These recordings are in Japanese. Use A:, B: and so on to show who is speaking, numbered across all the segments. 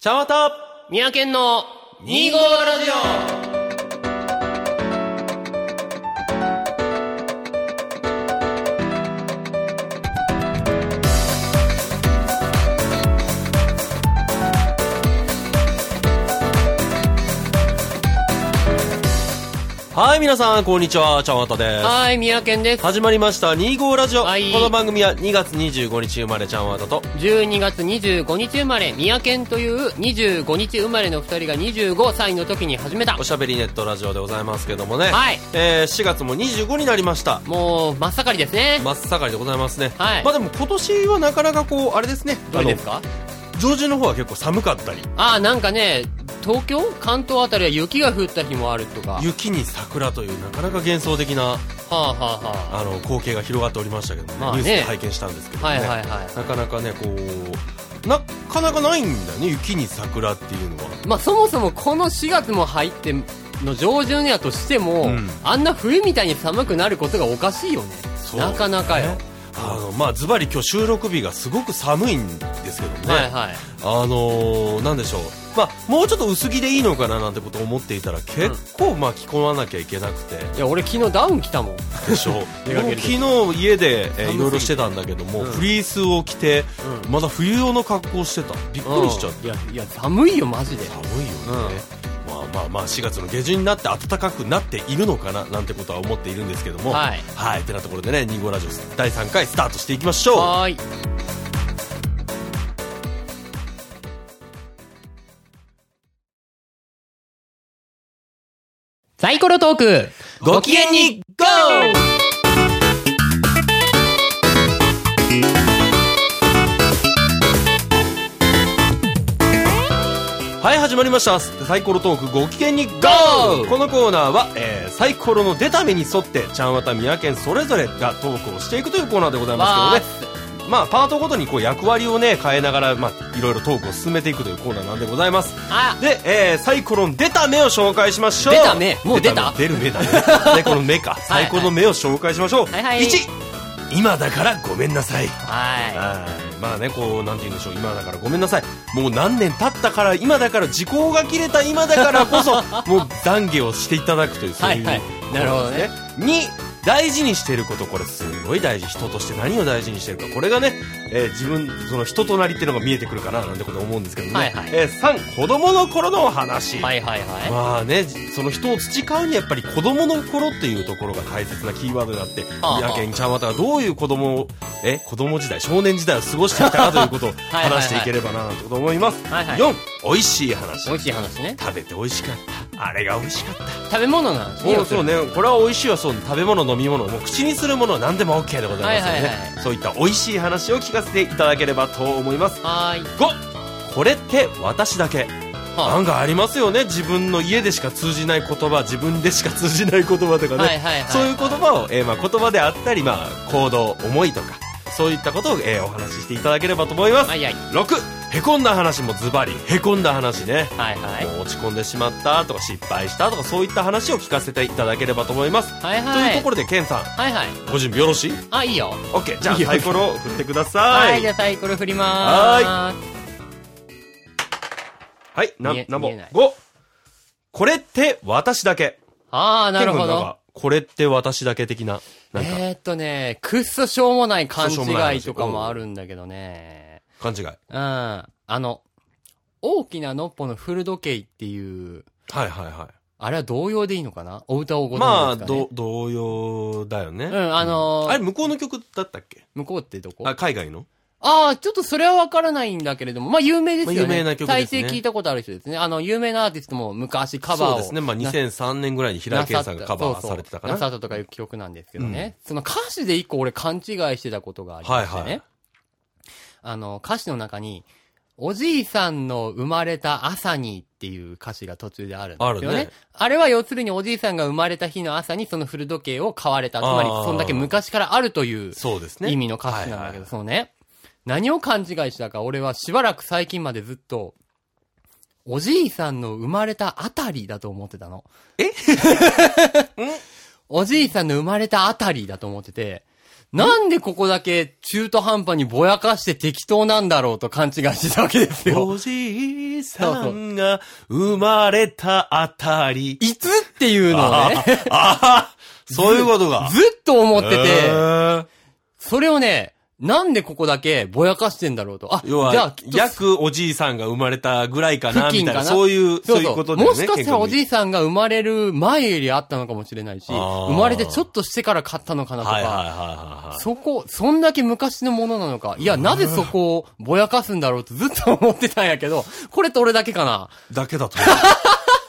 A: 茶わた
B: 三宅県の2号ラジ
A: はい、皆さん、こんにちは。茶わたで
B: オ
A: す。
B: はい、三宅県です。
A: 始まりました、25ラジオ。
B: はい
A: この番組は2月25日生まれちゃんわたと、
B: 12月25日生まれ、三宅県という25日生まれの2人が25歳の時に始めた
A: お。しゃべりネットラジオでございますけどもね。
B: はい
A: えー、4月も25になりました。
B: もう、真っ盛りですね。
A: 真っ盛りでございますね。
B: はい
A: まあでも今年はなかなかこう、あれですね。
B: どれですか
A: あの上旬の方は結構寒かったり、
B: ああ、なんかね、東京関東あたりは雪が降った日もあるとか。は
A: 雪に桜というなかなか幻想的な、
B: あ、はあは
A: あの、光景が広がっておりましたけどもね、
B: まあね
A: ニュースで拝見したんですけど
B: あ、
A: も
B: は
A: ね。
B: いはいは
A: なかなかね、こう、なかなかないんだよね、雪に桜っていうのは。
B: い。まあそもそもこの4月も入っての上旬やとしても、
A: うん
B: あんな冬みたいに寒くなることがおかしいよね。
A: そう
B: なかなかよ。
A: あのまあ、ズバリ今日収録日がすごく寒いんですけどね、
B: はいはい。
A: あのーなんでしょう、まあ、もうちょっと薄着でいいのかななんてことを思っていたら結構、まあ、着込まなきゃいけなくて
B: いや、俺昨日ダウン着たもん。
A: で しょ
B: 出かける時
A: 昨日家で、え
B: 寒すぎ
A: ー
B: て
A: いろいろしてたんだけども、
B: うん
A: フリースを着て、
B: う
A: まだ冬用の格好をしてたびっくりしちゃって、
B: いやいや寒いよマジで
A: 寒いよね、まあまあまあ4月の下旬になって暖かくなっているのかななんてことは思っているんですけども
B: はい
A: はいてなところでね2号ラジオ第3回スタートしていきましょう
B: はーいサイコロトーク
A: ご機嫌に GO! はい始まりましたサイコロトークご機嫌に GO! このコーナーは、えーサイコロの出た目に沿ってちゃんわたみやけんそれぞれがトークをしていくというコーナーでございますけどねまあ、パートごとにこう役割をね、変えながら、まあ、いろいろトークを進めていくというコーナーなんでございます。
B: あ
A: で、えーサイコロの出た目を紹介しましょう。
B: 出た目もう出た
A: 出る目だ ね。サイコロの目か。
B: いは
A: サ
B: い
A: イコロの目を紹介しましょう。
B: はいはい
A: 1、今だからごめんなさい。
B: は
A: はいまあね、こう、なんて言うんでしょう、今だからごめんなさい。もう何年経ったから、今だから、 時効が切れた今だからこそ、もう懺悔をしていただくという、そういう。
B: はいはいなるほどね。
A: 2、大事にしてること、これすごい大事。人として何を大事にしてるか。これがね、えー自分、その人となりっていうのが見えてくるかな、なんてこと思うんですけどね。
B: はいはい
A: えー3、子供の頃のお話。
B: いはいはいは
A: まあね、その人を培うにはやっぱり子供の頃っていうところが大切なキーワードであって、
B: あはあ
A: やけんちゃんわたがどういう子供を、え、子供時代、少年時代を過ごしてきたかということを
B: いはいはい
A: 話していければななんてこと思います。
B: はいはい
A: 4、美味しい
B: い
A: 話
B: 美。味しい話ね
A: 食べて美味しかった。あれが美味しかった。
B: 食べ物の話ね
A: そうそうね、これは美味しいはそう、食べ物、飲み物、もう口にするものは何でも OK でございますので、ね
B: はいはいは
A: そういった美味しい話を聞かせていただければと思います。
B: はーい
A: 5、これって私だけ。な
B: は
A: んかありますよね自分の家でしか通じない言葉自分でしか通じない言葉とかね、
B: はいはいはい
A: そういう言葉を、えーまあ、言葉であったり、まあ、行動思いとかそういったことを、えーお話ししていただければと思います、
B: あはいはい
A: 6へこんだ話もズバリへこんだ話ね
B: はいはい
A: もう落ち込んでしまったとか失敗したとかそういった話を聞かせていただければと思います、
B: はい
A: と
B: はい
A: いうところでケンさん
B: はいはい
A: ご準備よろしい
B: あいいよ
A: ?OK じゃあ
B: いいよ
A: サイコロを振ってください
B: はいじゃあサイコロ振りまーす
A: はいな
B: 見え
A: 何
B: 見え
A: 本
B: ない
A: ?5 これって私だけ
B: ああなるほ
A: ケン君なん
B: ど
A: かこれって私だけ的な、なんか、
B: えーっとねくっそしょうもない
A: っ
B: 勘
A: そしょうもない
B: 違い
A: 話
B: とかもあるんだけどね
A: 勘違い。
B: うん。あの、大きなのっぽのフル時計っていう、
A: はいはいは
B: あれは童謡でいいのかなお歌を
A: い。
B: ご
A: まあ、
B: 存知ですか、ね、
A: ど同様だよね。
B: うんあのー
A: あれ、向こうの曲だったっけ
B: 向こうってどこ
A: あ、
B: あ
A: 海外の
B: あー、ちょっとそれはわからないんだけれども、まあ有名ですよね。
A: まあ有名な曲ですね
B: 大抵聞いたことある人ですね。あの、有名なアーティストも昔カバーを。
A: そうですね。まあ、2003年ぐらいに平井堅さんがカバーされてたかな。
B: なさったとかいう曲なんですけどね。その歌詞で一個俺勘違いしてたことがありましてね。
A: はいはい
B: あの、歌詞の中に、おじいさんの生まれた朝にっていう歌詞が途中であるんですよ
A: あ
B: ね。
A: るね
B: あれは要するにおじいさんが生まれた日の朝にその古時計を買われた。つまり、
A: あー
B: そんだけ昔からあるという
A: そうですね。
B: 意味の歌詞なんだけど、
A: はいはい
B: そのね、何を勘違いしたか、俺はしばらく最近までずっと、おじいさんの生まれたあたりだと思ってたの。 えおじいさんの生まれたあたりだと思ってて、なんでここだけ中途半端にぼやかして適当なんだろうと勘違いしてたわけですよ。
A: おじいさんが生まれたあたり。
B: いつっていうのを ね、
A: ああそういうことが。
B: ずっと思ってて、
A: へー
B: それをね、なんでここだけぼやかしてんだろうと。あ、
A: 要
B: じゃあ
A: は
B: き、っと
A: 約おじいさんが生まれたぐらいかな、み
B: 付近
A: た
B: か
A: い
B: な
A: な。そういう、そういうことだよ
B: も
A: ね。
B: しかしたらおじ
A: い
B: いさんが生まれる前よりあったのかもしれないし、
A: あー
B: 生まれてちょっとしてから買ったのかなとか、
A: はいはいはいはいはい。
B: そこ、そんだけ昔のものなのか、いや、なぜそこをぼやかすんだろうとずっと思ってたんやけど、これと俺だけかな。
A: だけだと思う。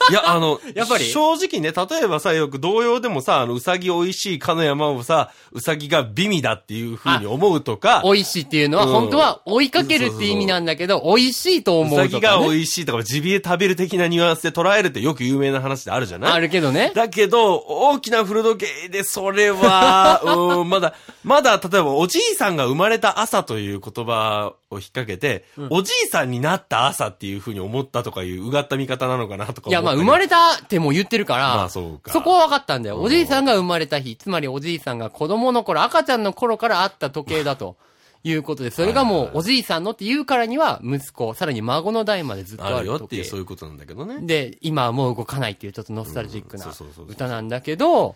A: いや、あの、
B: やっぱり
A: 正直ね、例えばさ、よく童謡でもさ、あの、うさぎ美味しいかの山をさ、うさぎが美味だっていう風に思うとか、
B: 美味しいっていうのは、
A: うん
B: 本当は追いかけるって意味なんだけど、美味しいと
A: う
B: 思
A: さ
B: う
A: ぎ
B: と
A: が
B: か、ね。
A: 美味しいとか、ジビエ食べる的なニュアンスで捉えるってよく有名な話であるじゃない
B: あるけどね。
A: だけど、大きな古時計で、それ は、うん、まだ、まだ、例えば、おじいさんが生まれた朝という言葉を引っ掛けて、おじいさんになった朝っていう風に思ったとかいう、うがった見方なのかなとか思ったり
B: いや、まあ、生まれたっても言ってるから、
A: まあそうか
B: こは分かったんだよ。
A: うん
B: おじいさんが生まれた日、つまりおじいさんが子供の頃、赤ちゃんの頃からあった時計 だと。いうことで、それがもう、おじいさんのって言うからには、息子、さらに孫の代までずっと
A: あ
B: あ
A: る
B: る
A: よ
B: 時計。
A: っていう、そういうことなんだけどね。
B: で、今はもう動かないっていうちょっとノスタルジックな
A: うんそうそうそうそう
B: 歌なんだけど、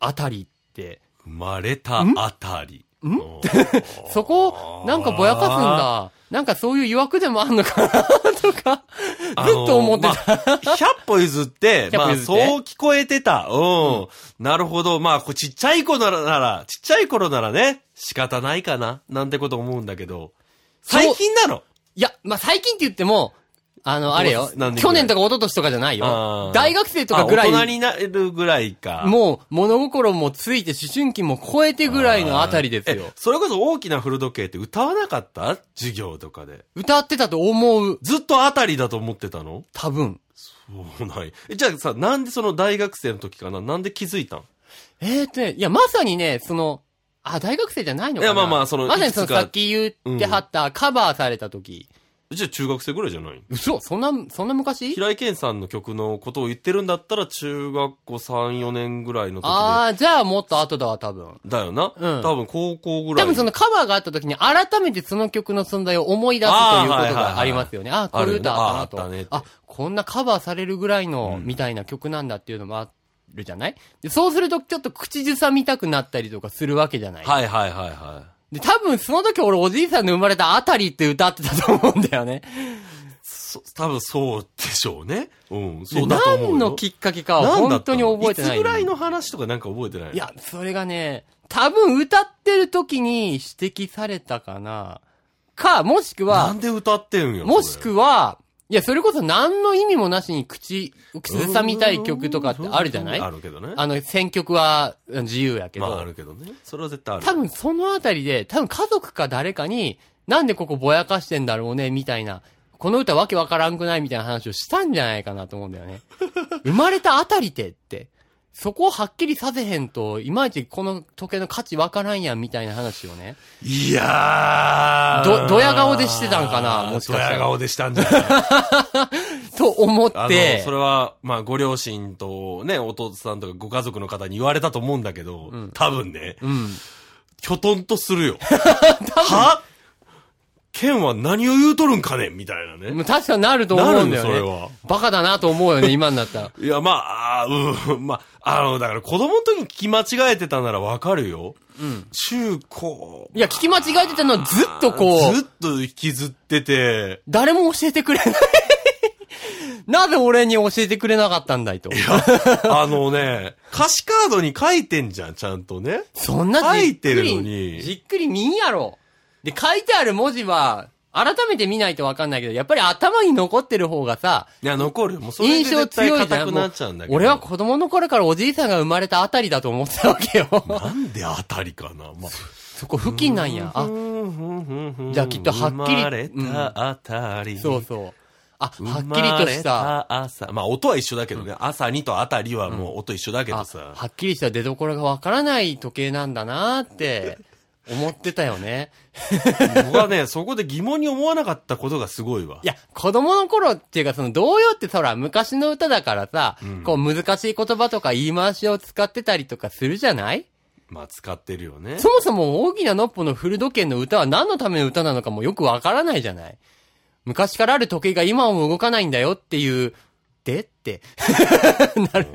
B: あたりって、
A: 生まれたあたり。 うん
B: そこをなんかぼやかすんだ。なんかそういう誘惑でもあんのかなとか、ずっ
A: あのー
B: と思ってた。
A: まあ、100歩譲っ て、
B: 100
A: ま
B: 歩
A: あ、
B: 譲って
A: そう聞こえてた。うん。なるほど。まあ、こうちっちゃい子なら、なら、ちっちゃい頃ならね、仕方ないかな、なんてこと思うんだけど、
B: そう
A: 最近なの
B: いや、まあ、最近って言っても、あの、あれよ
A: どう何年ぐらい。
B: 去年とか一昨年とかじゃない
A: あ
B: よ
A: ー。
B: 大学生とかぐら
A: あ大人
B: い、
A: になるぐらいか。
B: もう物心もついて思春期も超えてぐらいのあたりです
A: え
B: よ。
A: それこそ大きな古時計って歌わなかった授業とかで。
B: 歌ってたと思う。
A: ずっとあたりだと思ってたの
B: 多分。
A: そうない。えじゃあさ、なんでその大学生の時かななんで気づいたん
B: ええとね、いや、まさにね、その、あ、大学生じゃないのかない
A: やまあまあその
B: まさにその、
A: いくつか
B: さっき言ってはった、カバーされた時。
A: じゃあ中学生ぐらいじゃない
B: 嘘そんな、そんな昔
A: 平井堅さんの曲のことを言ってるんだったら、中学校3、4年ぐらいの時で。
B: ああ、じゃあもっと後だわ、多分。
A: だよな、
B: うん
A: 多分高校ぐらい。
B: 多分そのカバーがあった時に改めてその曲の存在を思い出すということ
A: あーはいはいはい
B: がありますよね。あー、これ歌あったな
A: あるよねあーあったねっ
B: と
A: て。
B: あ、こんなカバーされるぐらいの、みたいな曲なんだっていうのもあるじゃないで、そうするとちょっと口ずさみたくなったりとかするわけじゃない
A: はいはいはいはい。
B: で、多分その時俺おじいさんの生まれたあたりって歌ってたと思うんだよね。
A: そ、多分そうでしょうね。うん、
B: で
A: そうだと思うよ。
B: 何のきっかけかは
A: なんだ
B: 本
A: った
B: 当
A: の
B: に覚えてない
A: いつぐらいの話とかなんか覚えてない
B: いや、それがね、多分歌ってる時に指摘されたかな。か、もしく
A: な
B: は
A: ん、で歌ってんよ。
B: もし
A: は、
B: くは、いや、それこそ何の意味もなしに口、口ずさみたい曲とかってあるじゃない
A: あるけどね。
B: あの、選曲は自由やけ
A: まああ
B: ど。
A: るけどね。それは絶対ある。
B: 多分そのあたりで、多分家族か誰かに、なんでここぼやかしてんだろうね、みたいな。この歌わけわからんくないみたいな話をしたんじゃないかなと思うんだよ ね。生まれたあたりでって。そこをはっきりさせへんと、いまいちこの時計の価値わからんやんみたいな話をね。
A: いやー。
B: どドヤ顔でしてたんかなもしかしたら
A: ドヤ顔でしたんじゃない
B: と思っ
A: あ
B: て
A: の、。それは、まあ、ご両親とね、お父さんとかご家族の方に言われたと思うんだけど、多分ね、
B: うん。
A: きょとんとするよ。 はケンは何を言うとるんかねみたいなね。
B: もう確かになると思うんだよ
A: な
B: ね。
A: るよそれは
B: バカだなと思うよ ね、今になったら。
A: いや、まあ、あーうん、 まあ、あの、だから子供の時に聞き間違えてたならわかるよ。中高。
B: いや、聞き間違えてたのはずっとこ
A: ず
B: う、
A: っと引きずってて、
B: 誰も教えてくれない。 なぜ俺に教えてくれなかったんだいと。
A: あのね、歌詞カードに書いてんじゃん、ちゃんとね。
B: そんなじっく
A: 書いて
B: り
A: るのに
B: じっくり見んやろ。で、書いてある文字は、改めて見ないとわかんないけど、やっぱり頭に残ってる方がさ、
A: いや、残るよ。もうそれ
B: 印
A: で
B: 象
A: 絶対
B: 強いじ
A: 硬
B: ゃん。
A: く
B: も
A: な
B: う
A: っちゃうんだけど。
B: 俺は子供の頃からおじいさんが生まれたあたりだと思ってたわけ よ。
A: なんで当たりかな、まあ、
B: そこ付近なんや。あ、じゃあきっとはっきり
A: 生まれたあたり。
B: そうそう。あ、
A: 生
B: はっ
A: ま
B: き
A: れ
B: りとした。
A: 朝。まあ音は一緒だけどね。朝にとあたりはもう音一緒だけど
B: あ
A: さ。
B: はっきりした出所がわからない時計なんだなーって思ってたよね。
A: 僕はね、そこで疑問に思わなかったことがすごいわ
B: い。や、子供の頃っていうかその童謡ってほら昔の歌だからさ、こう難しい言葉とか言い回しを使ってたりとかするじゃない
A: まあ使ってるよね。
B: そもそも大きなのっぽの古時計の歌は何のための歌なのかもよくわからないじゃない。昔からある時計が今も動かないんだよっていう、でって、 なる、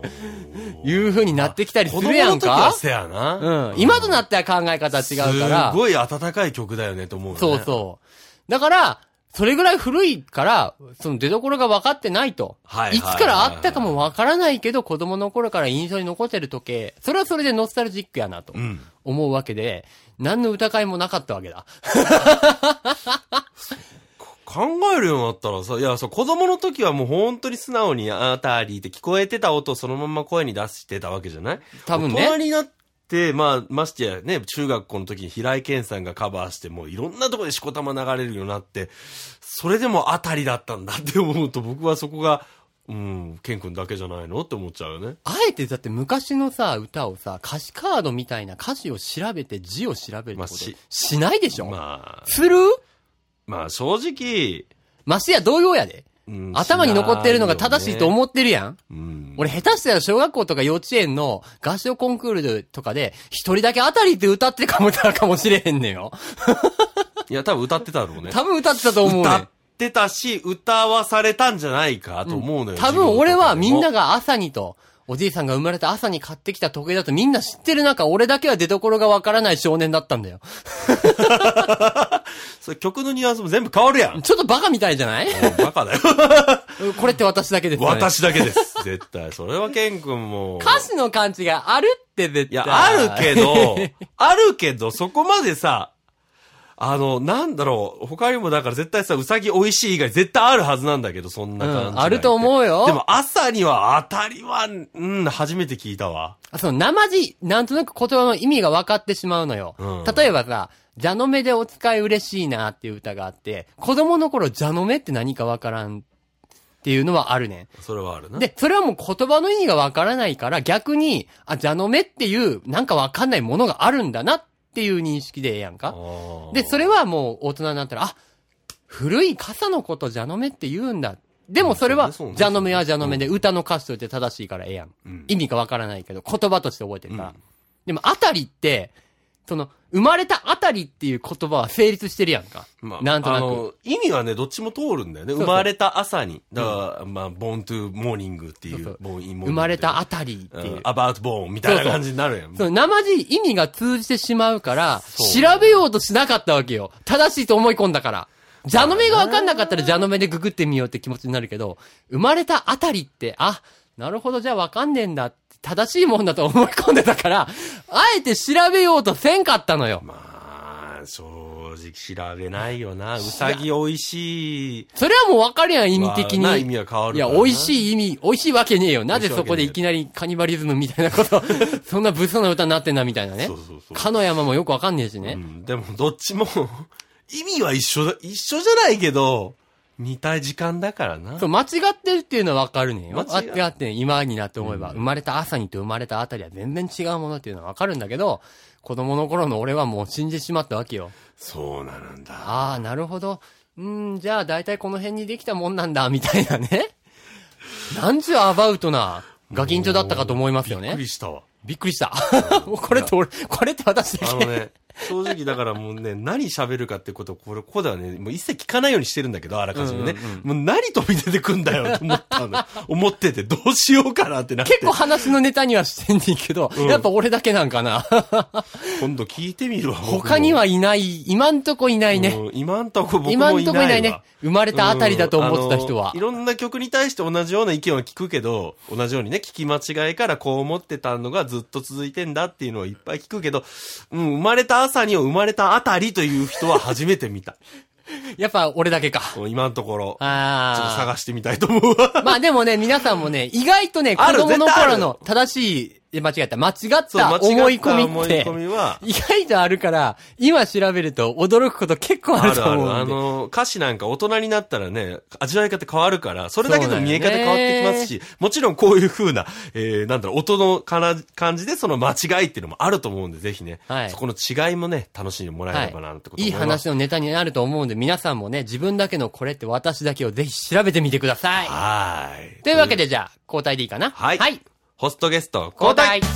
B: いう風になってきたりす
A: 子
B: る
A: 供
B: や
A: の
B: ん
A: 時は
B: か
A: せやな。
B: うん。今となっては考え方違うから
A: す。ごい温かい曲だよねと思うよね。
B: そうそう。だから、それぐらい古いから、その出所が分かってないと。
A: はいはいいはいはい
B: つからあったかも分からないけど、子供の頃から印象に残ってる時計。それはそれでノスタルジックやなと。
A: うん。
B: 思うわけで、何の疑いもなかったわけだ。
A: 考えるようになったらさ、いや、そう、子供の時はもう本当に素直にあたりって聞こえてた音をそのまま声に出してたわけじゃない
B: 多分
A: 大人
B: ね。
A: になって、まあ、ましてやね、中学校の時に平井堅さんがカバーして、もういろんなとこでしこたま流れるようになって、それでもあたりだったんだって思うと、僕はそこが、うん、ケン君だけじゃないのって思っちゃうよね。
B: あえてだって昔のさ、歌をさ、歌詞カードみたいな歌詞を調べて字を調べるって
A: ま
B: こ
A: あ
B: と
A: し
B: しないでしょ、
A: まあ、
B: する
A: まあ正直、
B: ましてや同様やで。
A: うん
B: 頭に残ってるのが正しいと
A: う。
B: 思ってるやん。
A: うん。
B: 俺下手したら小学校とか幼稚園の合唱コンクールとかで、一人だけあたりって歌ってかもたかもしれへんねんよ。
A: いや、多分歌ってたろうね。
B: 多分歌ってたと思うね
A: 歌っ
B: ん。
A: てたし、歌わされたんじゃないかと思うのよ。
B: 多分俺はみんな
A: が。
B: が朝にと、おじいさんが生まれた朝に買ってきた時計だとみんな知ってる中、俺だけは出所がわからない少年だったんだよ。
A: それ曲のニュアンスも全部変わるや ん。
B: ちょっとバカみたいじゃない
A: バカ だよ。
B: これって私だけですよね。。
A: 私だけです。絶対。それはケン君も。
B: 歌詞の感じがあるって絶対。
A: いや、あるけ。 ど、あるけど、そこまでさ、あの、なんだろう、他にもだから絶対さ、うさぎ美味しい以外絶対あるはずなんだけど、そんな感じ、
B: うんあると思うよ
A: でも朝には当たりは、うん、初めて聞いたわ。
B: その生地、なんとなく言葉の意味が分かってしまうのよ。
A: うん
B: 例えばさ、蛇の目でお使い嬉しいなっていう歌があって、子供の頃蛇の目って何か分からんっていうのはあるねん。
A: それはあるな。
B: で、それはもう言葉の意味がわからないから、逆に、あ、蛇の目っていう、なんかわかんないものがあるんだなっていう認識でええやんか。で、そ
A: れ、
B: れはもう大人になったら、あ、古い傘のこと蛇の目って言うんだ。でもそれ
A: う
B: は、
A: んそうね
B: 蛇の目は蛇の目で、歌の歌詞として正しいからええやん。
A: うん
B: 意味がわからないけど、言葉として覚えてるから。
A: うん
B: でも、あたりって、その、生まれたあたりっていう言葉は成立してるやんか。
A: まあ、
B: なんと
A: あ
B: なく。
A: の、意味はね、どっちも通るんだよね。
B: そう
A: 生
B: そう
A: まれた朝に。だから、まあ、ボーントゥモーニングってい
B: そうう、
A: ボーンインモーニングっていう
B: 生まれたあたりっていう。
A: アバウトボーンみたいな感じになるやん。
B: その生地意味が通じてしまうから、
A: そう
B: 調べようとしなかったわけよ。正しいと思い込んだから。蛇の目がわかんなかったら蛇の目でググってみようって気持ちになるけど、生まれたあたりって、あ、なるほど、じゃあわかんねえんだって、正しいもんだと思い込んでたから、あえて調べようとせんかったのよ。
A: まあ、正直調べないよな。うさぎ美味しい。
B: それはもうわかるやん、意味的
A: まあな
B: に。
A: 意味は変わる
B: い
A: から
B: や、美
A: な
B: 味しい意味、美味しいわけねえよ。なぜそこでいきなりカニバリズムみたいなこと、 そんな物騒な歌になってんな、みたいなね
A: そう。そうそう。
B: かの山もよくわかんねえしね
A: う。ん、でも、どっちも、意味は一緒だ、一緒じゃないけど、似た時間だからな。
B: そう、間違ってるっていうのはわかるねんよ。
A: 間
B: 間
A: 違
B: 違
A: っ
B: ってん今になって思えば、生まれた朝にと生まれたあたりは全然違うものっていうのはわかるんだけど、子供の頃の俺はもう死んでしまったわけよ。
A: そうなんだ。
B: ああ、なるほど。うーん、じゃあ大体この辺にできたもんなんだ、みたいなね。 なんちゅうアバウトな、ガキンチョだったかと思いますよ
A: びっく
B: ね。
A: りしたわ。
B: びっくりした。もう これって俺、これって私だ
A: あの
B: け。
A: ね、正直だからもうね、何喋るかってことを、これ、ここではね、もう一切聞かないようにしてるんだけど、あらかじめね。もう何飛び出てくんだよと思ったの。 思ってて、どうしようかなってなって。
B: 結構話のネタにはしてんねんけど、やっぱ俺だけなんかな。
A: 今度聞いてみるわ。僕も
B: 他にはいない、今んとこいないね。
A: うん今んとこ僕もいな
B: 今
A: いわ。
B: んとこいないね。生まれたあたりだと思ってた人
A: うんあ
B: は
A: のい。ろんな曲に対して同じような意見は聞くけど、同じようにね、聞き間違いからこう思ってたのがずっと続いてんだっていうのをいっぱい聞くけど、うん、生まれた朝には生まれたあたりという人は初めて見た。
B: やっぱ俺だけか。
A: うん今のところ。ちょっと
B: あ
A: 探してみたいと思うわ。
B: あ。まあでもね、皆さんもね、意外とね、子
A: ある
B: 供の
A: 絶対ある
B: 頃の正しい、間違った、間違っ
A: そう
B: た
A: 間違った
B: 思い込みっ
A: 思い込
B: て、
A: みは、
B: 意外とあるから、今調べると驚くこと結構 あ
A: あ
B: る
A: る
B: と
A: あ
B: 思
A: る。
B: う
A: あ
B: んで。
A: の、歌詞なんか大人になったらね、味わい方変わるから、それだけでも見え方変わってきますし、もちろんこういう風な、えー、なんだろう、音のかな感じでその間違いっていうのもあると思うんで、ぜひね、
B: はい
A: そこの違いもね、楽しんでもらえればな、ってこと
B: いい
A: 思いま
B: 話
A: す。
B: のネタになると思うんで、皆さんもね、自分だけのこれって私だけをぜひ調べてみてください。
A: はーい。
B: というわけでじゃあ、交代でいいかな
A: はい
B: はい。
A: ホストゲスト、
B: 交
A: 交代
B: 代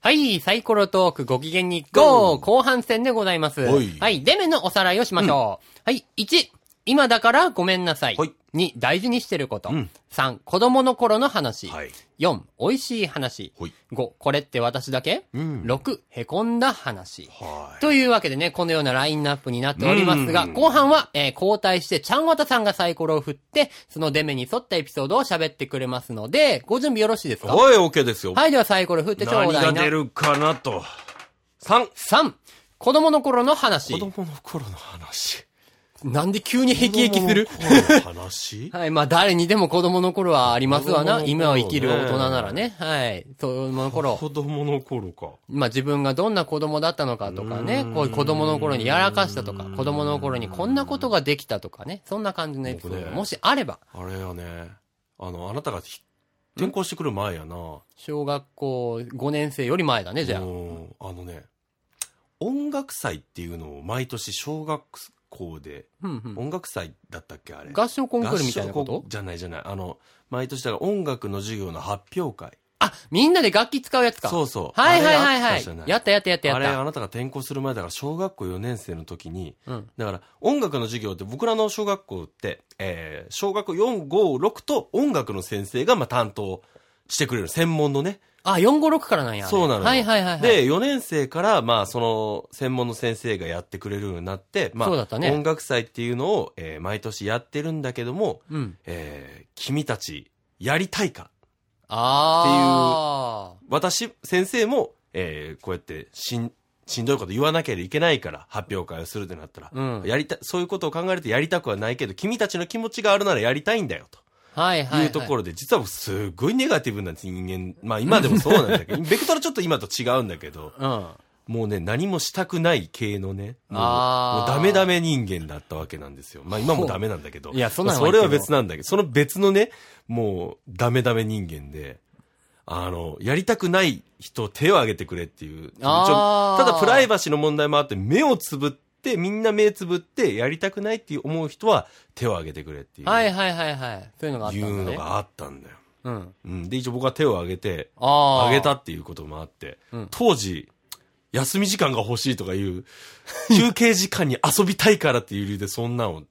B: はい、サイコロトークご機嫌に GO! 後半戦でございます。
A: は
B: はいい、デメのおさらいをしましょう。はい、1、今だからごめんなさい。
A: はい
B: 2、大事にしてること。
A: うん
B: 3、子供の頃の話。
A: はい
B: 4、美味しい話。
A: ほい
B: 5、これって私だけ、
A: うん
B: 6、へこんだ話。
A: はい
B: というわけでね、このようなラインナップになっておりますが、
A: うん
B: 後半は、えー交代して、ちゃんわたさんがサイコロを振って、そのデメに沿ったエピソードを喋ってくれますので、ご準備よろしいですか
A: はい OK ですよ
B: はい、ではサイコロ振ってちょ
A: 何
B: うだい
A: が
B: な
A: 出。るかなと3
B: 3! 子供の頃の話
A: 子。供の頃の話
B: なんで急にヘキヘキする
A: 子供の頃の話
B: はい、まあ誰にでも子供の頃はありますわ
A: 子供の頃
B: な。
A: ね
B: 今を生きる大人ならね。はい。子供の頃。
A: 子供の頃か
B: まあ自分がどんな子供だったのかとかね、こういう子供の頃にやらかしたとか、子供の頃にこんなことができたとかね、そんな感じのエピソード
A: 僕
B: が
A: ね
B: もしあれば、
A: あれやねあのあなたがひ転校してくる前やな
B: 小学校5年生より前だね、じゃあ。
A: うんあのね音楽祭っていうのを毎年小学校で
B: うんうん
A: 音楽祭だったっけあれ
B: 合唱コンクールみたいなこ
A: 合唱
B: と
A: コンじゃないじゃないあの毎年だから音楽の授業の発表会
B: あ、みんなで楽器使うやつか。
A: そうそう
B: はいはいはい
A: あれあ
B: は
A: った
B: い
A: じゃない。
B: やったやったやったや
A: あ
B: っ
A: れ
B: た。
A: あなたが転校する前だから小学校4年生の時に
B: うん。
A: だから音楽の授業って僕らの小学校って、えー小学校456と音楽の先生がまあ担当してくれる専門のね
B: あ、456からなんや。あれ
A: そうなのよ
B: はいはいはいはい。
A: で、4年生から、まあ、その、専門の先生がやってくれるようになって、まあ、
B: そうだったね
A: 音楽祭っていうのを、えー毎年やってるんだけども、
B: うん。
A: えー君たち、やりたいか
B: あー。
A: 私、先生も、えーこうやって、しん、しんどいこと言わなきゃいけないから、発表会をするってなったら、
B: うん
A: やりた、そういうことを考えるとやりたくはないけど、君たちの気持ちがあるならやりたいんだよ、と。
B: はいはい。
A: いうところで、実は僕すごいネガティブな人間、まあ今でもそうなん だけど、ベクトルちょっと今と違うんだけど、
B: ろ。うん。
A: もうね、何もしたくない系のね、もうも
B: あ
A: う
B: ー
A: ダメダメ人間だったわけなんですよ。まあ今もダメなんだけど。
B: いやそんなの
A: そ
B: はいい
A: れ
B: けど
A: は別なんだけど、その別のね、もうダメダメ人間で、あの、やりたくない人手を挙げてくれっていう。ちょ
B: あー
A: ただプライバシーの問題もあって、目をつぶって、みんな目つぶって、やりたくないって思う人は手を挙げてくれっていう。。
B: はいいはいはいはい。そういうのがあったん
A: い
B: だね。
A: うのがあったんだよ。
B: うん。
A: うん。で、一応僕は手を挙げて、
B: あー。
A: あげたっていうこともあって、
B: うん
A: 当時、休み時間が欲しいとかいう、休憩時間に遊びたいからっていう理由でそんなの、手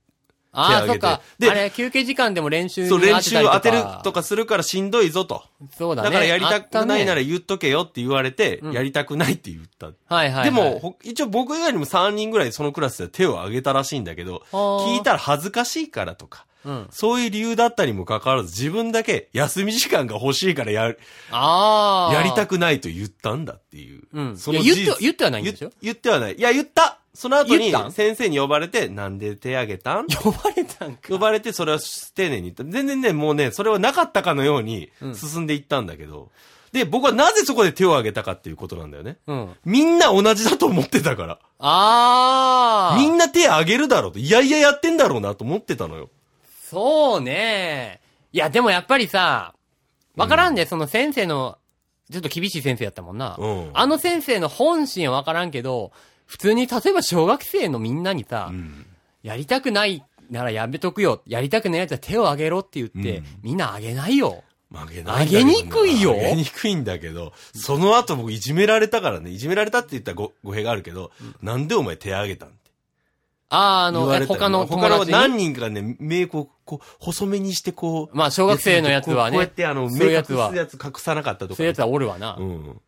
B: あ
A: 挙
B: あ、
A: げ
B: そ
A: て
B: っか。
A: で
B: あれ、 休憩時間でも練習に
A: そう練習を当てる
B: か
A: とかするからしんどいぞと。
B: そうだ
A: だ
B: ね。
A: からやりたくないな
B: あ
A: ら
B: っ
A: 言っとけよって言われて、
B: うん
A: やりたくないって言った。
B: たねはいはいはい。
A: でも、、ほ一応僕以外にも3人ぐらいそのクラスで手を挙げたらしいんだけど、聞い。たら恥ずかしいからとか、
B: うん。
A: そういう理由だったにもかかわらず自分だけ休み時間が欲しいからや、
B: ああ。
A: やりた
B: く。
A: くないと言ったんだっていう。
B: うん。
A: そ
B: そ
A: の
B: の
A: 事
B: 言
A: 実
B: って、言ってはないんでしょ
A: 言言ってはない。いや、言ったその後に
B: 言ったん
A: 先生に呼ばれて、なんで手あげたん
B: 呼ばれたん か。
A: 呼ばれて、それは丁寧に言った。全然ね、もうね、それはなかったかのように
B: うん
A: 進んでいったんだけど。で、僕はなぜそこで手を挙げたかっていうことなんだよね。
B: うん。
A: みんな同じだと思ってたから。
B: ああ。
A: みんな手挙げるだろうと。いやいややってんだろうなと思ってたのよ。
B: そうね。いや、でもやっぱりさ、わからんで、その先生の、ちょっと厳しい先生やったもんな。
A: うん
B: あの先生の本心はわからんけど、普通に、例えば小学生のみんなにさ、
A: うん。
B: やりたくないならやめとくよ。やりたくないやつは手を挙げろって言って、
A: うん
B: みんな挙げないよ。
A: 曲げないんだけどね。
B: 挙げにくいよ
A: 挙げにくいんだけど、その後僕いじめられたからね。いじめられたって言ったらご語弊があるけど、なんでお前手挙げたんって。
B: あー、あ
A: 言わ
B: の、
A: れ
B: え
A: たよ
B: 他の友
A: 他の
B: 達
A: 何
B: に。
A: 人かね、目こう、こう、細めにしてこう。
B: まあ小学生のやつ
A: こう
B: はね
A: こうやってあの、
B: そういう
A: 目
B: や
A: 隠
B: つ
A: す
B: は
A: やつ隠さなかったとか。
B: そういうやつはおるわな。
A: うん。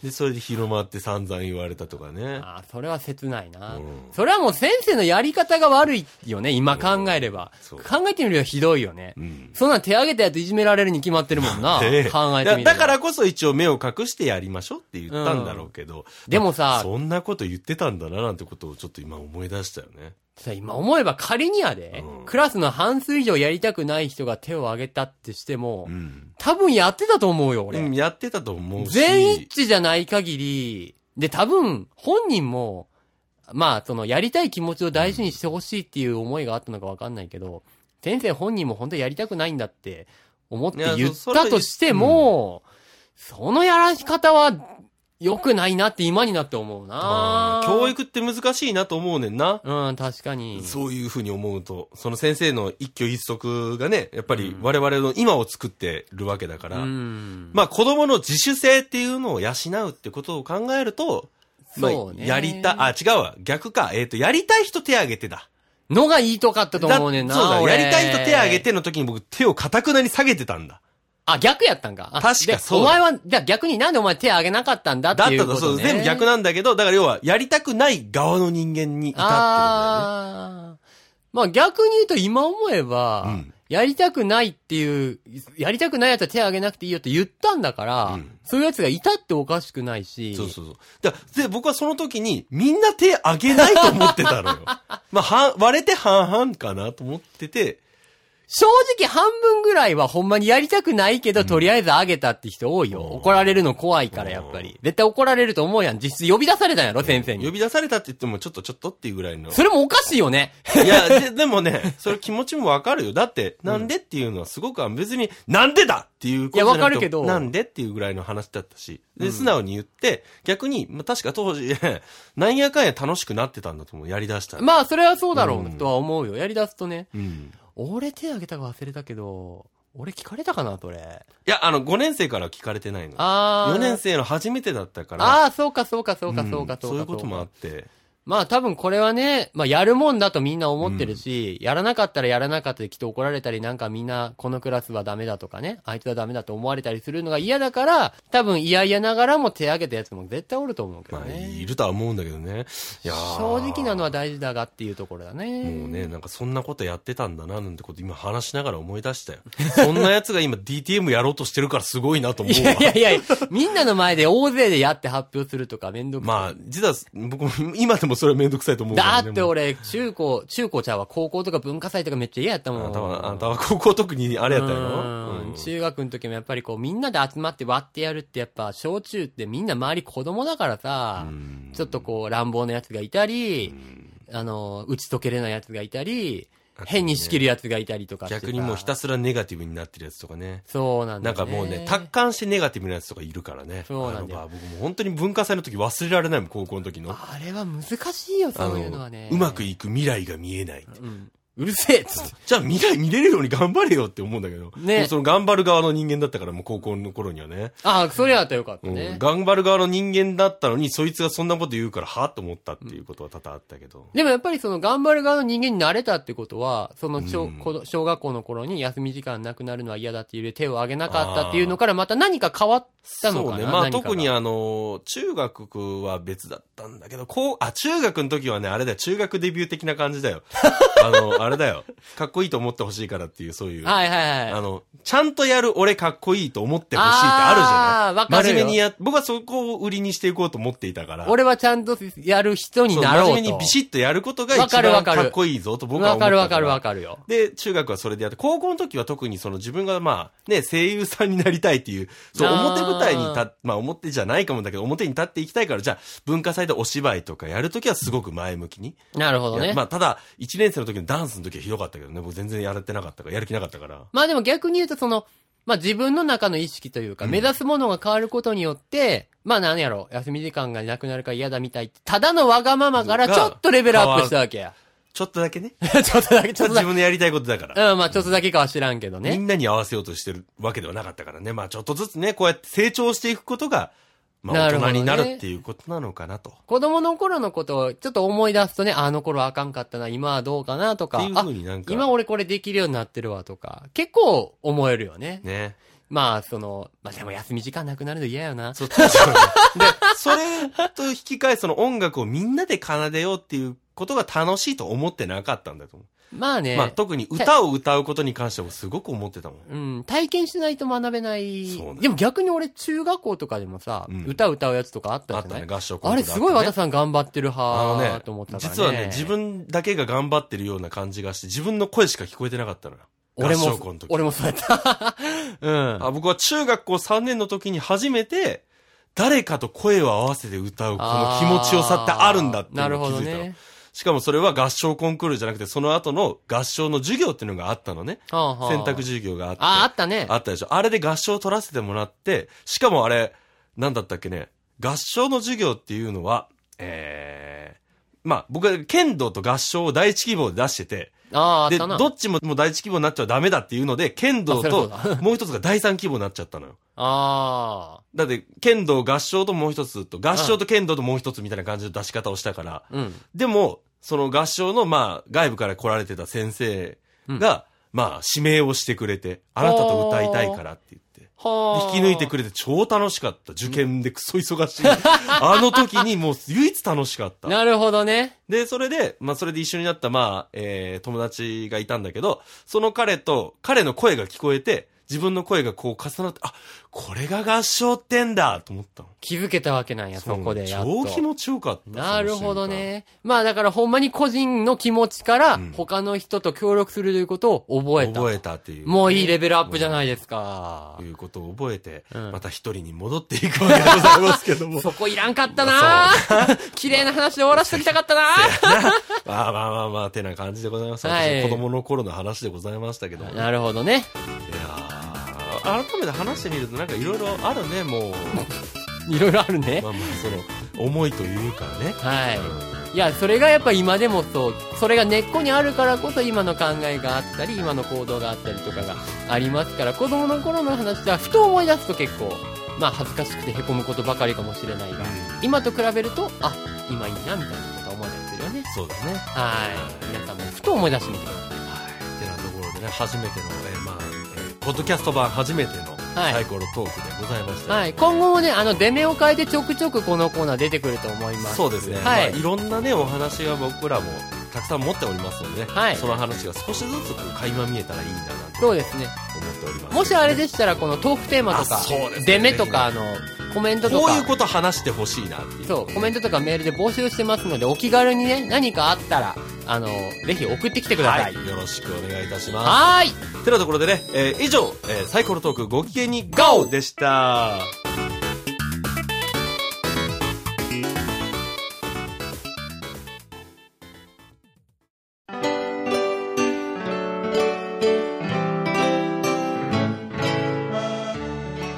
A: で、それで広まって散々言われたとかね。
B: ああ、それは切ないな、
A: うん
B: それはもう先生のやり方が悪いよね、今考えれば。
A: そう
B: 考えてみるよ、ひどいよね。
A: うん。
B: そんなん手挙げたやついじめられるに決まってるもん な。考えて
A: で
B: みれば
A: だだからこそ一応目を隠してやりましょうって言ったんだろうけど。
B: でもさ
A: そんなこと言ってたんだななんてことをちょっと今思い出したよね。
B: さ、今思えば仮にやで、
A: うん
B: クラスの半数以上やりたくない人が手を挙げたってしても、
A: うん。
B: 多分やってたと思うよ、俺。
A: うん、やってたと思うし。
B: 全一致じゃない限り、で、多分、本人も、まあ、その、やりたい気持ちを大事にしてほしいっていう思いがあったのかわかんないけど、先生本人も本当にやりたくないんだって思って
A: いや
B: 言っ
A: そそれ
B: たとしても、そのやらし方は、良くないなって今になって思うな
A: 教育って難しいなと思うねんな。
B: うん、確かに。
A: そういうふうに思うと、その先生の一挙一足がね、やっぱり我々の今を作ってるわけだから、
B: うん。
A: まあ子供の自主性っていうのを養うってことを考えると、まあ
B: そうね
A: やりた、あ、違うわ、逆か、えっ、と、やりたい人手挙げてだ。
B: のがいいとかったと思うねんな。
A: だそうだ、
B: 俺
A: やりたい人手挙げ。ての時に僕手をかたくなに下げてたんだ。
B: あ、逆やったんか。あ
A: 確か
B: で
A: そう
B: お
A: だ
B: 前は、じゃあ逆になんでお前手挙げなかったんだって
A: だっ
B: いう
A: た、
B: ことと、ね。
A: そう、全部逆
B: な
A: なんだけど、だから要は、やりたくない側の人間にいたってことだよね。
B: ああ。まあ逆に言うと今思えば、
A: うん
B: やりたくないっていう、やりたくないやつは手挙げなくていいよって言ったんだから、
A: うん
B: そういうやつがいたっておかしくないし。
A: そうそうそう。だからで、僕はその時に、みんな手挙げないと思ってた のよ。まあ、は、割れて半々かなと思ってて、
B: 正直半分ぐらいはほんまにやりたくないけど、とりあえずあげたって人多いよ。
A: うん
B: 怒られるの怖いから、やっぱり。絶対怒られると思うやん。実質呼び出されたんやろ、先生
A: 呼
B: に。
A: び出されたって言っても、ちょっとちょっとっていうぐらいの。
B: それもおかしいよね。
A: いや、で、でもね、それ気持ちもわかるよ。だって、なんでっていうのはすごく、別に、なんでだっていうことじゃなくて
B: いやわかるけど
A: なんでっていうぐらいの話だったし。で、素直に言って、逆に、まあ、確か当時、 なんやかんや楽しくなってたんだと思う。やり出したら。
B: まあ、それはそうだろ
A: う
B: うんとは思うよ。やり出すとね。
A: うん。
B: 俺手挙げたか忘れたけど、俺聞かれたかな、それ。
A: いや、あの、5年生から聞かれてないの。
B: あー。
A: 4年生の初めてだったから。
B: ああ、そうか、そうか、そうか、
A: ん
B: そうか、そう
A: そ
B: か。
A: ういうこともあ
B: そ
A: っ
B: うか
A: て。
B: まあ、多分これはね、まあ、やるもんだとみんな思ってるし、やらなかったらやらなかったできっと怒られたり、なんかみんな、このクラスはダメだとかね、あいつはダメだと思われたりするのが嫌だから、多分嫌々ながらも手挙げたやつも絶対おると思うけど
A: まあ、
B: ね。
A: いるとは思うんだけどね。いやー
B: 正直なのは大事だがっていうところだね。
A: もうね、なんかそんなことやってたんだな、なんてこと今話しながら思い出したよ。そんな奴が今 DTM やろうとしてるからすごいなと思
B: いうや
A: わ
B: い。やいやいや、みんなの前で大勢でやって発表するとかめんどくさい。
A: まあ、実は僕も今でもそれはめんどくさいと思うから
B: だ
A: ね
B: って。俺、中高、中高ちゃんは高校とか文化祭とかめっちゃ嫌やった
A: もう
B: も
A: あん
B: ん。
A: たは、あんたは高校特にあれやったよ。
B: うん中学の時もやっぱりこうみんなで集まって割ってやるってやっぱ小中ってみんな周り子供だからさ、
A: うん
B: ちょっとこう乱暴なやつがいたり、あの、打ち解けれないやつがいたり、変に仕切るやつがいたりとかしてさ
A: 逆にもうひたすらネガティブになってるやつとかね。
B: そうなんだ
A: なん
B: よ、
A: かもうね、達観してネガティブなやつとかいるからね。
B: そうなんだよ
A: あの僕もう本当に文化祭の時忘れられないもん、高校の時の。
B: あれは難しいよ、
A: あ
B: そういうのはね。
A: うまくいく未来が見えない。
B: うん。うるせえっつって。
A: じゃあ未来見れるように頑張れよって思うんだけど。
B: ね
A: もうその頑張る側の人間だったから、もう高校の頃にはね。
B: ああ、それやったらよかった
A: うん
B: ね。
A: 頑張る側の人間だったのに、そいつがそんなこと言うから、はぁと思ったっていうことは多々あったけど。
B: でもやっぱりその頑張る側の人間になれたってことは、その
A: う
B: 小,、
A: ん
B: この小学校の頃に休み時間なくなるのは嫌だっていう理由で手を挙げなかったっていうのからまた何か変わったの
A: そ
B: かな
A: うね。まあ
B: 何かが
A: 特にあの、中学は別だったんだけど、こう、あ、中学の時はね、あれだよ、中学デビュー的な感じ だよ。あの、あれだよ、かっこいいと思ってほしいからっていう、そういう。
B: はいはいは
A: あ
B: い。
A: の、ちゃんとやる俺かっこいいと思ってほしいってあるじゃ
B: あー
A: ない
B: わかる
A: 真
B: よ
A: 面目にや、僕はそこを売りにしていこうと思っていたから。
B: 俺はちゃんとやる人に
A: そう
B: なろうと。
A: 真面目にビシッとやることが
B: わ
A: 一
B: かる
A: 番
B: わかる
A: かっこいいぞと僕は
B: わ
A: 思った
B: か
A: から
B: るわかるわかるよ。
A: で、中学はそれでやって、高校の時は特にその自分がまあね、声優さんになりたいっていう、そう
B: あー
A: 表舞台に立っ、まあ表じゃないかもだけど、表に立っていきたいから、じゃあ文化祭でお芝居とかやるときはすごく前向きに。
B: なるほど
A: いや
B: ね。
A: ま
B: ま
A: あただ、1年生の時のダンスの時はひどかったけどね、僕全然やれてなかったから、やる気なかったから。
B: あでも逆に言うとその、まあ自分の中の意識というか、目指すものが変わることによって、まあ何やろ、休み時間がなくなるから嫌だみたいって、ただのわがままからちょっとレベルアップしたわけや。
A: ちょっとだけね。
B: ちょっとだけ、 ちょっと
A: 自
B: だけ。
A: 分のやりたいことだから。
B: うん、まあちょっとだけかは知らんけど
A: み
B: ね。
A: んなに合わせようとしてるわけではなかったからね。まあちょっとずつね、こうやって成長していくことが、まあ
B: な
A: 大
B: るほど
A: 人
B: ね
A: になるっていうことなのかなと。
B: 子供の頃のことをちょっと思い出すとね、あの頃あかんかったな、今はどうかなと
A: っ
B: か
A: ていう、ふ
B: あ
A: う、になんか。
B: 今俺これできるようになってるわとか、結構思えるよね。
A: ね。
B: まあ、その、まあでも休み時間なくなるの嫌よな。
A: そう、 当時はねで、それと引き換えその音楽をみんなで奏でようっていうことが楽しいと思ってなかったんだと思う。
B: まあね、
A: まあ特に歌を歌うことに関してもすごく思ってたもん。
B: うん、体験しないと学べない。
A: そうね
B: でも逆に俺中学校とかでもさ、
A: うん
B: 歌歌うやつとかあった
A: あ
B: じ
A: った
B: ゃない
A: ね、合唱コンク
B: あれ
A: ール
B: すごい
A: あった
B: 和
A: ね
B: 田さん頑張ってる
A: あの
B: 派
A: ね
B: ーと思ったからね。
A: 実はね、自分だけが頑張ってるような感じがして、自分の声しか聞こえてなかったのよ。
B: 俺
A: 合唱コ
B: も
A: ンの、時
B: 俺もそうやった。 うん。
A: あ僕は中学校3年の時に初めて、誰かと声を合わせて歌う、この気持ちよさってあるんだっていう
B: なる
A: の
B: ほ
A: に気
B: ど
A: づいたの。
B: ね。
A: しかもそれは合唱コンクールじゃなくて、その後の合唱の授業っていうのがあったのね。
B: はあはあ
A: 選択授業があって。
B: あ、あったね。
A: あったでしょ。あれで合唱を取らせてもらって、しかもあれ、なんだったっけね。合唱の授業っていうのは、えー、まあ、僕は剣道と合唱を第一希望で出してて、
B: ああ、あっ
A: で、
B: たな。
A: どっちももう第一希望になっちゃダメだっていうので、剣道と
B: あそりゃそう、
A: もう一つが第三希望になっちゃったのよ。
B: あ
A: だって、剣道合唱ともう一つと、合唱と剣道ともう一つみたいな感じの出し方をしたから、
B: あ、うん。
A: でも、その合唱の、まあ、外部から来られてた先生が、まあ、指名をしてくれて、あなたと歌いたいからって言って。で
B: はあ。
A: 引き抜いてくれて超楽しかった。受験でクソ忙しい。 あの時にもう唯一楽しかった。
B: なるほどね。
A: で、それで、まあ、それで一緒になった、まあ、えー、友達がいたんだけど、その彼と、彼の声が聞こえて、自分の声がこう重なって、あ、これが合唱ってんだと思ったの。
B: 気づけたわけなんや、そこでやっと。
A: 超気持ちよかった。
B: なるほど
A: その瞬間。
B: ね。まあだからほんまに個人の気持ちから
A: ん
B: 他の人と協力するということを覚えた。
A: 覚えたっていう。
B: もういいレベルアップじゃないですか
A: と。いうことを覚えて、
B: うん
A: また一人に戻っていくわけでございますけども。
B: そこいらんかったな 綺麗な話で終わらせときたかっ たな
A: まあまあまあまあ、てな感じでございます。
B: はい
A: 私の子供の頃の話でございましたけども。いや
B: なるほどね。
A: ー改めて話してみるとなんかいろいろあるね、 もう。
B: いろいろあるね
A: ま。あまあ、その、思いというかね。
B: はい。いや、それがやっぱ今でもそう、それが根っこにあるからこそ今の考えがあったり、今の行動があったりとかがありますから、子供の頃の話はふと思い出すと結構、まあ恥ずかしくて凹むことばかりかもしれないが、今と比べると、あ、今いいなみたいなことは思い出せるよね。
A: そうですね。は
B: はい。皆さんもふと思い出してみてくださ
A: い。
B: い。
A: てなところでね、初めての、えーまあ、えーポッドキャスト版初めての
B: はい
A: サイコロトークでございました。
B: はい。今後もね、あの、出目を変えてちょくちょくこのコーナー出てくると思います。
A: そうですね。
B: はい
A: まあ、いろんなね、お話が僕らもたくさん持っておりますので、
B: はい
A: その話が少しずつこう垣間見えたらいいななんて
B: そう
A: 思
B: ですね。
A: っております。
B: もしあれでしたら、このトークテーマと
A: あ
B: か
A: そうです、ね
B: 出目とか、あの、コメントとか。
A: こういうこと話してほしいなっていう。
B: そう、コメントとかメールで募集してますので、お気軽にね、何かあったら、あの、ぜひ送ってきてくだ
A: は
B: さい。
A: い。よろしくお願いいたしま
B: はーい。
A: す。てなところでね、えー以上、えーサイコロトークご機嫌に GO! でした。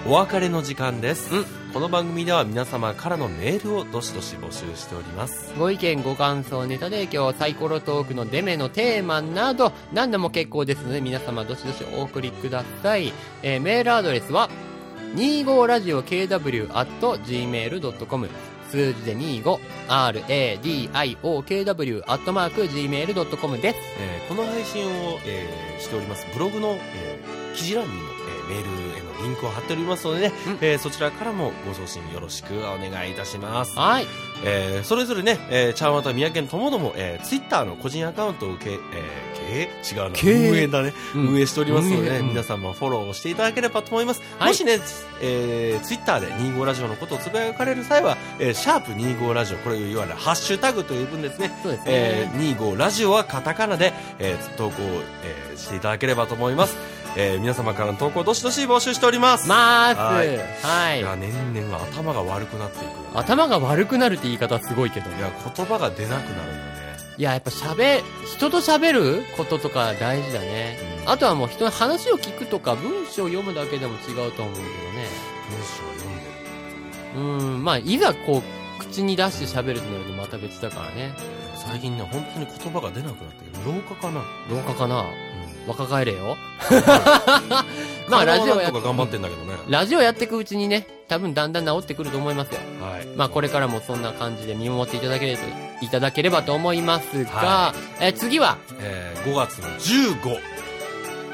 A: お別れの時間です、
B: うん
A: この番組では皆様からのメールをどしどし募集しております
B: ご意見、ご感想、ネタ提供、サイコロトークのデメのテーマなど、何でも結構ですので、皆様どしどしお送りください。えーメールアドレスは、25radiokw.gmail.com 数字で 25radiokw.gmail.com です。
A: えーこの配信を、えーしておりますブログの、えー記事欄にも、えーメールへのリンクを貼っておりますのでね、
B: うん
A: えーそちらからもご送信よろしくお願いいたします、
B: はい。
A: えーそれぞれね、えー、ちゃんわたみやけんともども、えー、ツイッターの個人アカウントをけ、えーけ違うな
B: 経営
A: 運営だね、
B: うん
A: 運営しておりますので、
B: 運営
A: ね
B: うん
A: 皆さんもフォローをしていただければと思います、
B: はい
A: もしね、えー、ツイッターで25ラジオのことをつぶやかれる際は「えー、シャープ #25 ラジオ」これいわゆるハッシュタグという分ですね
B: そうですね。
A: えー、25ラジオはカタカナで、えー投稿、えーしていただければと思います、えー皆様からの投稿どしどし募集しております、
B: まーす。
A: は
B: はいい。
A: いや年々頭が悪くなっていく
B: 頭が悪くなるって言い方すごいけど
A: い
B: ね。
A: や言葉が出なくなるんだね
B: いや、やっぱ喋、人と喋ることとか大事だね。
A: うん
B: あとはもう人の話を聞くとか文章を読むだけでも違うと思うけどね。
A: 文章を読んでる
B: うん、まあ、いざこう、口に出して喋るってなるとまた別だからね。
A: 最近ね本当に言葉が出なくなってる老化かな、
B: 老化かな若返れよ。
A: ま
B: ま
A: あ
B: あ、
A: ラ
B: ラ
A: ジ
B: ジ
A: オ
B: オ
A: や
B: や
A: とか頑張ってんだけどね、
B: ラジオやっていくうちにね、多分だんだん治ってくると思いますよ。
A: はい
B: まあこれからもそんな感じで見守っていただければ、いただければと思いますが、
A: は
B: え、次は、
A: えー、5月の15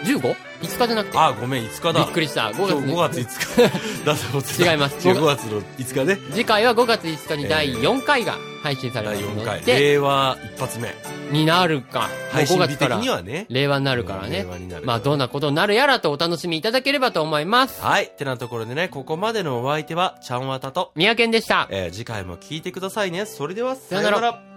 B: 15?5 日じゃなくて。
A: あごめん5日
B: び
A: だ
B: っくりした。5
A: 今日5
B: 月に
A: 月5日 だと思ってた
B: 違います
A: 5月の5日ね
B: 次回は5月5日に第4回が配信されま
A: 第
B: す
A: 4
B: の
A: 回
B: で、
A: 令和一発目
B: になるか。もう
A: 配信
B: 5
A: 日
B: 月
A: 的
B: から
A: にはね
B: 令和になるからね
A: 令和にな。る
B: まあどんなことになるやらとお楽しみいただければと思います。
A: はいてなところでねここまでのお相手はちゃんわたと、
B: 宮健でした。
A: えー次回も聞いてくださいねそれではさ
B: さよな
A: ら